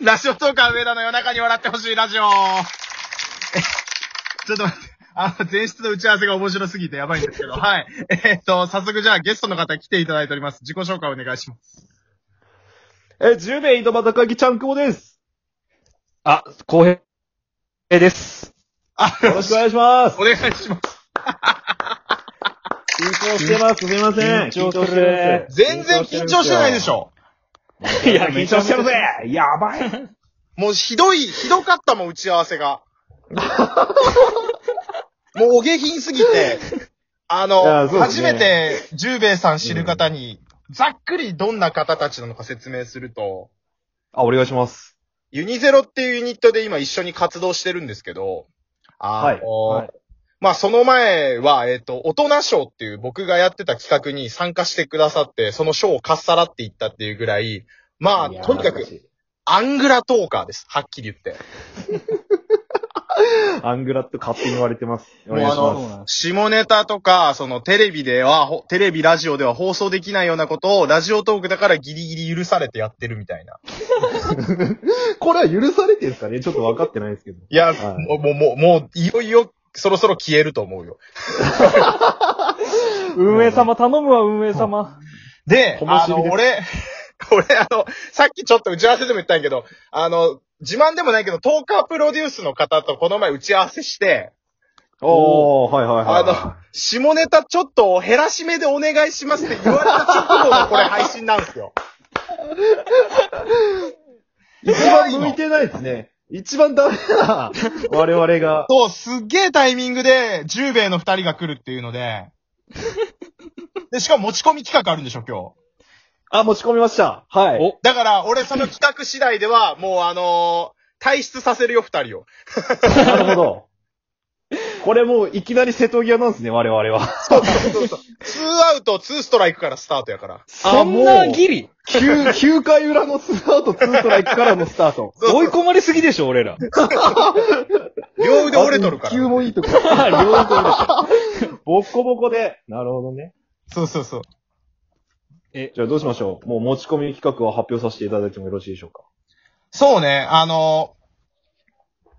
ラジオトーカー上田の夜中に笑ってほしいラジオ。え ちょっと待って。あの、前室の打ち合わせが面白すぎてやばいんですけど、はい。えーっと、早速じゃあゲストの方来ていただいております。自己紹介お願いします。え、10名井戸端会議ちゃんくぼです。あ、公平です。あ、よろしくお願いしますお。願いします。緊張してます。すみません。緊張しするてます全然緊張してないでし。ょ。いや、緊張してるぜ。やばい。もうひどい、ひどかったもん、打ち合わせが。 もうお下品すぎて、あいやの、そうです初ねめて十兵衛さん知る方に、ざっくりどんな方たちなのか説明すると、あ、お願いします。ユニゼロっていうユニットで今一緒に活動してるんですけど、あの、はいはいまあその前は、えっ、と、大人賞っていう僕がやってた企画に参加してくださって、その賞をかっさらっていったっていうぐらい、まあ、いやとにかく、。アングラトーカーです。はっきり言って。アングラって勝手に言われてます。おう願いしあます。の、下ネタとか、そのテレビでは、ほテレビ、ラジオでは放送できないようなことを、ラジオトークだからギリギリ許されてやってるみたいな。これは許されてるんですかねちょっと分かってないですけど。いや、はいもう、もう、もう、もういよいよ、そろそろ消えると思うよ。運営様頼むわ、運営様。で、ともあしびの、です俺、 俺、あの、さっきちょっと打ち合わせでも言ったんやけど、あの、自慢でもないけど、トーカープロデュースの方とこの前打ち合わせして、おー、はいはいはい。あ下ネタちょっと減らし目でお願いしますって言われた直後のこれ配信なんですよ。一番向いてないですね。一番ダメな、我々が。 そう、すっげえタイミングで、10名の2人が来るっていうの で、で、しかも持ち込み企画あるんでしょ、今 あ、持ち込みました。はい。お日。だから、俺その企画次第では、もうあのー退出させるよ、2人を。なるほど。これもういきなり瀬戸際なんですね、我々は。そうそうそう。2アウト、2ストライクからスタートやから。そんなギリ9、9回裏のツーアウト、ツーストライクからのスタート。そう追い込まれすぎでしょ、俺ら。両腕折れとるから。急もい いとこ。両方ともボッコボコで。なるほどね。そうそうそう。じゃあどうしましょう。もう持ち込み企画を発表させていただいてもよろしいでしょうか。そうね、あの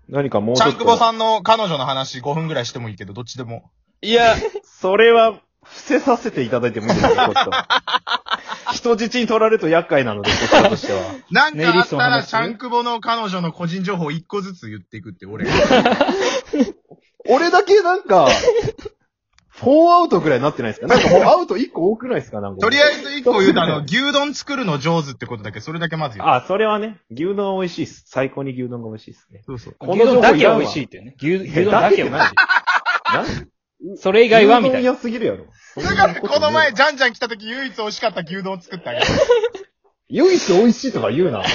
何かもー、うちちょゃっんと。くぼさんの彼女の話5分ぐらいしてもいいけど、どっちでも。いや、それは、伏せさせていただいてもいいですか、ちょっと。人質に取られると厄介なので、こちらとしては。なんかあったネイリら、ストの話ちゃんくぼの彼女の個人情報1個ずつ言っていくって、俺が。俺だけなん か、フォーアウトぐらいになってないですかなんかもうアウト1個多くないですかなんか。とりあえず1個言うと、あの、牛丼作るの上手ってことだけ、それだけまず言う。あ、それはね、牛丼美味しいっす。最高に牛丼が美味しいっすね。そうそう。牛丼だけ美味しいってね。牛牛丼だけ美味し何い。それ以外はみたい牛丼な。屋すぎるやろ。だから、この前、ジャンジャン来た時、唯一美味しかった牛丼を作ってあげる。唯一美味しいとか言うな。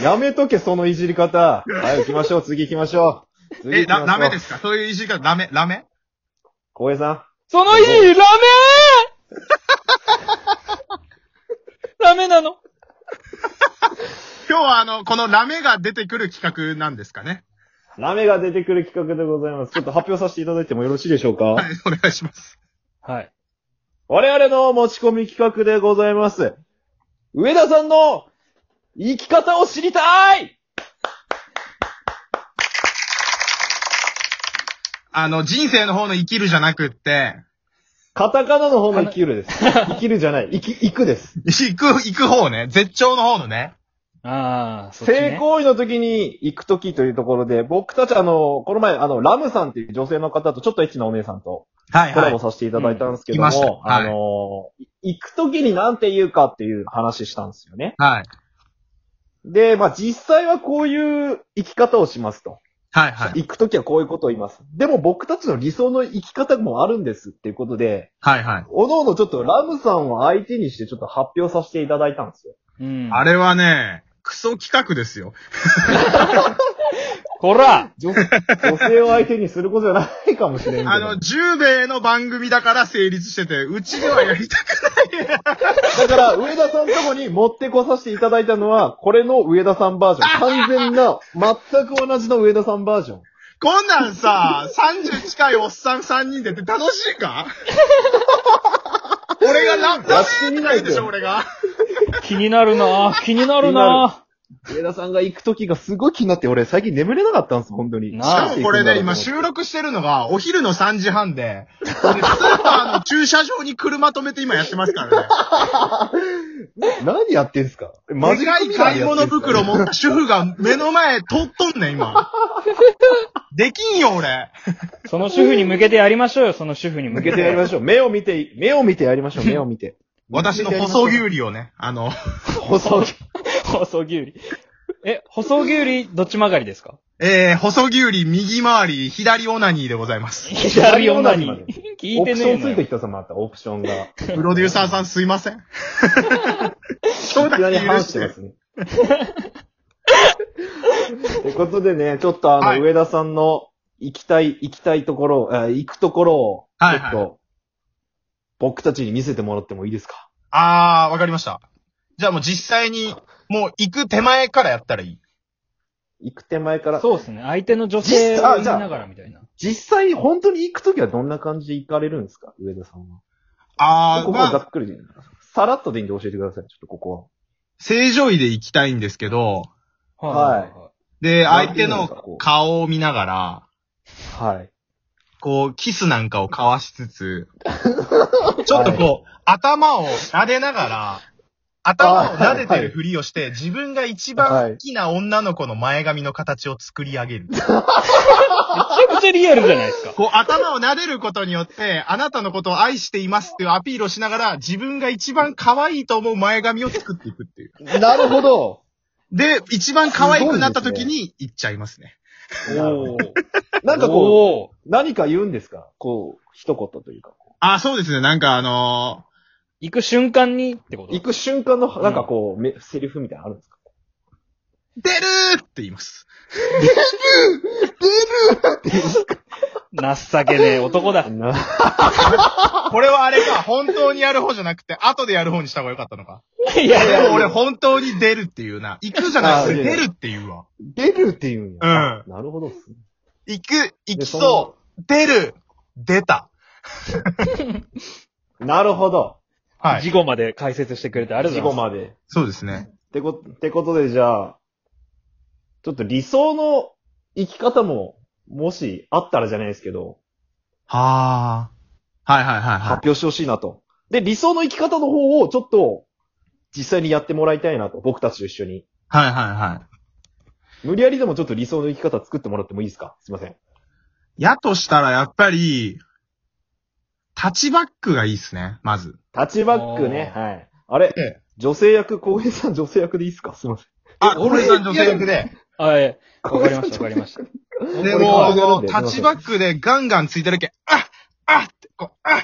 やめとけ、そのいじり方。はい、行きましょう、次行きましょう。次え、行きましょだ、ダう。。メですすかそういう意地がダメ、ダメ光栄さん。その日、ラメー ラメなの今日はあの、このラメが出てくる企画なんですかね ラメが出てくる企画でございます。ちょっと発表させていただいてもよろしいでしょうか、はい、お願いします。はい。我々の持ち込み企画でございます。上田さんの生き方を知りたいあの、人生の方の生きるじゃなくって、カタカナの方の生きる です。生きるじゃない。生き、行くです。行く、行く方ね。絶頂の方のね。ああ、そっちね性行為の時に行く時というところで、僕たちあの、この前あの、ラムさんっていう女性の方とちょっとエッチなお姉さんとはいコはラいボ。させていただいたんですけどはいうん来も、ましたはいあの、い行く時になんて言うかっていう話したんですよね。はい。で、まあ実際はこういう生き方をしますと。はいはい。行くときはこういうことを言います。でも僕たちの理想の生き方もあるんですっていうことで、はいはい。おのおのちょっとラムさんを相手にしてちょっと発表させていただいたん ですよ。うん。あれはね、クソ企画ですよ。こら女女性を相手にすることじゃないかもしれんけど。 あの、十兵衛の番組だから成立してて、うちではやりたくない。 だから上田さんのとこに持ってこさせていただいたのは、これの上田さんバージョン。完全な、全く同じの上田さんバー ジョン。こんなんさ、30近いおっさん3人でって楽しい か俺がラ、ラメーって書いてでしょ、俺が。気になる なぁ気になるな上田さんが行く時がすごい気になって、俺最近眠れなかったんです、本当に。なしあかもこれね、今収録してるのがお昼の3時半で、俺スーパーの駐車場に車止めて今やってますからね。何やってんすかマでジかい買い物袋も。持った主婦が目の前通っとんねん、 今。できんよ、俺。ぁその主婦に向けてやりましょうよ、その主婦に向向けけて。てやりましょう。目を見て、目を見てやりま しょう、目を見て。私の細牛離をね、あの、細牛、 細牛り。え、細牛り、どっち曲がりですかえー、細牛離右回り、左オナニーでござざい ます。左女左に女に。 聞いオてプシねョえンつのいてよ。きたさ、また、オプションが。いプロデューサーさんすいません。そうだきなりけ許反ししてまて。 すね。ということでね、ちょっとあの、はい上田さんの行きたい、行きたいところ、あ行くところを、ちょはいっはいと、僕たちに見せてもらってもいいですかあー、わかりました。じゃあもう実際に、もう行く手前からやったらいい。行く手前から。そうですね。相手の女性を言いながらみたいな。実際、本当に行くときはどんな感じで行かれるんですか上田さんは。あー、ここはまざあ、っくりでいいな。さらっとでいいんで教えてください。ちょっとここ正常位で行きたいんですけど、はいで、なん相手ていうのかのこう顔を見ながら、は。はい。こう、キスなんかを交わしつ つ、ちょっとこう、頭を撫でながら、頭を撫でてるふりをして、自分が一番好きな女の子の前髪の形を作り上げる。めちゃくちゃリアルじゃないですか。こう、頭を撫でることによって、あなたのことを愛していますっていうアピールをしながら、自分が一番可愛いと思う前髪を作っていくっていう。なるほど。で、一番可愛くなった時に、行っちゃいますね。おなんかこう、こう。何か言うんですかこう、一言というか。あ、そうですね。なんかあの行く瞬間にってこと行く瞬間の、なんかこう、めセリフみたいなのあるんですかー出るーって言います。情けねえ 男だ。なこれはあれ か、本当にやる方じゃなくて、後でやる方にした方がよかったのか。 いやいでやも俺本当に出るっていうな。行くじゃなくてあ出るっていうわ。出るっていうんや。うんあなるほどっすね。行く、行できそそう、出る、出た。なるほど。は事い。後まで解説してくれてありがと事うご後ざいます。まで。そうですね。ってこ、ってことでじゃあ、ちょっと理想の生き方も、もしあったらじゃないですけど、はあ。はいはいはい発は表してほしいなと。で、理想の生き方の方をちょっと、実際にやってもらいたいなと。僕たちと一緒に。い。はいはいはい。無理やりでもちょっと理想の生き方作ってもらってもいいですかすいません。やとしたらやっぱり、タッチバックがいいっすね、まず。タッチバックね。おはい。あれ、ええ女性役、浩平さん女性役でいいですかすいません。あ、俺これさん女性役で。はい。 わかりました、わかりました。で俺も、俺もうタッチバックでガンガンついてるけん、ああって、こう、あ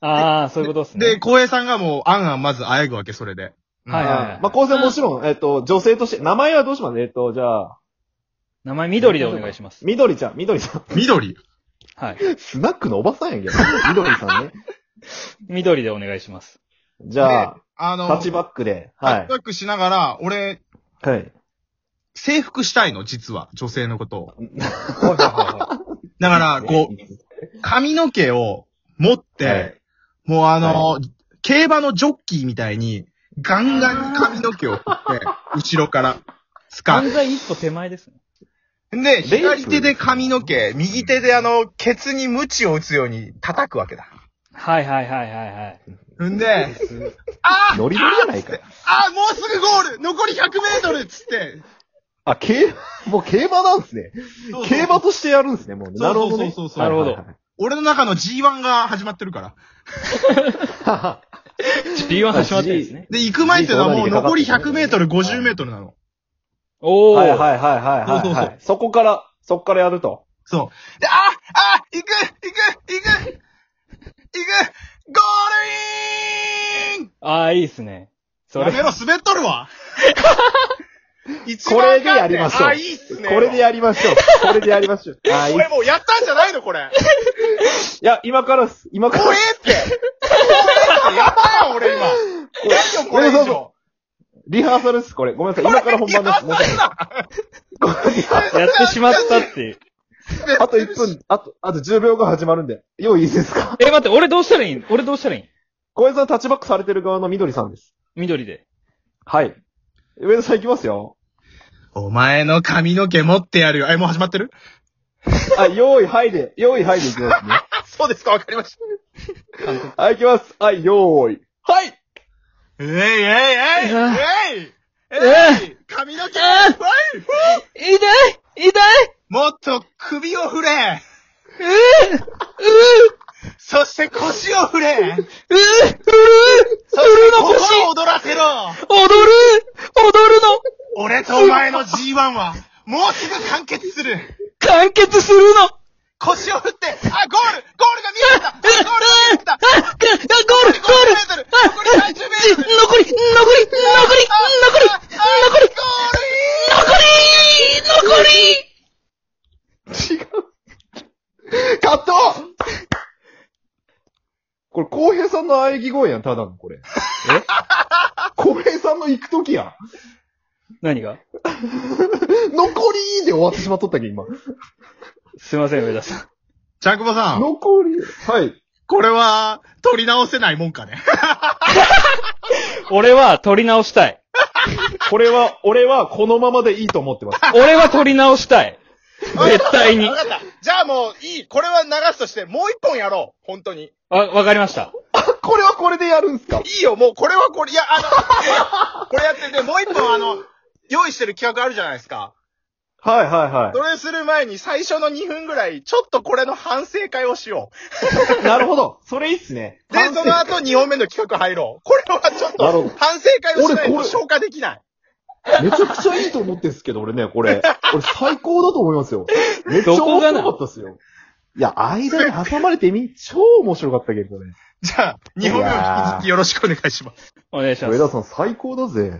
ああ、そういうことですね。で、浩平さんがもう、あんあんまずあえぐわけ、それで。うんはいはいまあ、構成はもちろん、えっ、と、女性として、名前はどうしますえっ、と、じゃあ、名前緑でお願いします。みどりちゃん、みどりちゃん。緑。はい。スナックのおばさんやけど、みどりさんね。緑でお願いします。じゃあ、あの、タッチバックで、タはッいチ。バックしながら、俺、はい。征服したいの、実は、女性のことを。はいはいはだから、こう、髪の毛を持って、はいもうあの、競馬のジョッキーみたいに、ガンガン髪の毛を振 って、後ろから、い。使犯う。罪一歩手前ですね。で、プ左手で髪の毛、右手であの、ケツに鞭を打つように叩くわけだ。はいはいはいはいはい。んで、 あーノリノリじゃないか。あーもうすぐゴール残り100メートルっつって。あ、競、もう競馬なんですね。競馬としてやるんですね、もうね。そうなるそほうそうどね。そうそうそうなるほどはいはい俺の中の G1 が始まってるから。 はい G1 始まってるんですね。で、行く前っていうのはもう残り100メートル、50メートルなの。おお、はいはいはいはいそうはそいうはそうい。そこから、そこからやると。そう。で、ああ行く行く行く行くゴールインああ、いいですね。そやれめ。ろ、滑っとるわ一 これでやりましょうあ、いいっすね。これでやりましょう。これでやりましょう。 あーいいこれもうやったんじゃないのこれ。怖いや、今からっす。今かえら。って。怖えってやったよ、俺今。ないよ、これ以そうそう上。リハーサルっす、これ。ごめんなさい。今から本番です。ごめんなさいやってしまったっていう。あと1分、あと、あと10秒が始まるんで。用意いいですかえ、待って、俺どうしたらいい俺どうしたらいい小江さんタッチバックされてる側の緑さんです。緑で。はい。上田さんいきますよ。お前の髪の毛持ってやるよ。え、もう始まってるあ、用意はいで、用意はいでいきますね。あ、そうですか、わかりました。はい、いきます。はい、用意。はいえいえいえいうんえいえい髪の毛えい痛い痛いもっと首を振れうぅうぅそして腰を振れうぅうぅそして心を踊らせろ踊る踊るの俺とお前の G1 は、もうすぐ完結する完結するの腰を振って、あ、ゴールゴールが見えてきたゴールが見えてきたあ、ゴール、ゴール、ゴール、残り30メート残ルり、残り、残り、残り、残り、残り、残り、残りカット これ、浩平さんの喘ぎ声やん、ただの、 これ。え浩平さんの行くときやん。 何が残りで終わってしまっとったっけ、今。すいません、上田さん。ジャクボさん、残り、はい。これは、取り直せないもんかね。俺は取り直したい。これは、俺はこのままでいいと思ってます。俺は取り直したい。絶対に。わかった。じゃあもう、いい。これは流すとして、もう一本やろう。本当に。あ、わかりました。 これはこれでやるんすかいいよ、もう、これはこれ、いや、あの、これ やってて、もう一本、あの、用意してる企画あるじゃないですか。はいはいはそれする前に、最初の2分ぐらい、ちょっとこれの反省会をしよ い。なるほど。それいいっすね。う。で、その後、2本目の企画入ろう。これはちょっなるほとど、反省会をしない俺ことれ消化できない。めちゃくちゃいいと思ってんすけど、俺ね、こ れ。俺最高だと思いますよ。めっちゃどこ面が白なかったっすよ。いや、間に挟まれてみ、超面白かったけどね。じゃあ、2本目を引き続きよろしくお願いします。お願いしま上す。田さん最高だぜ。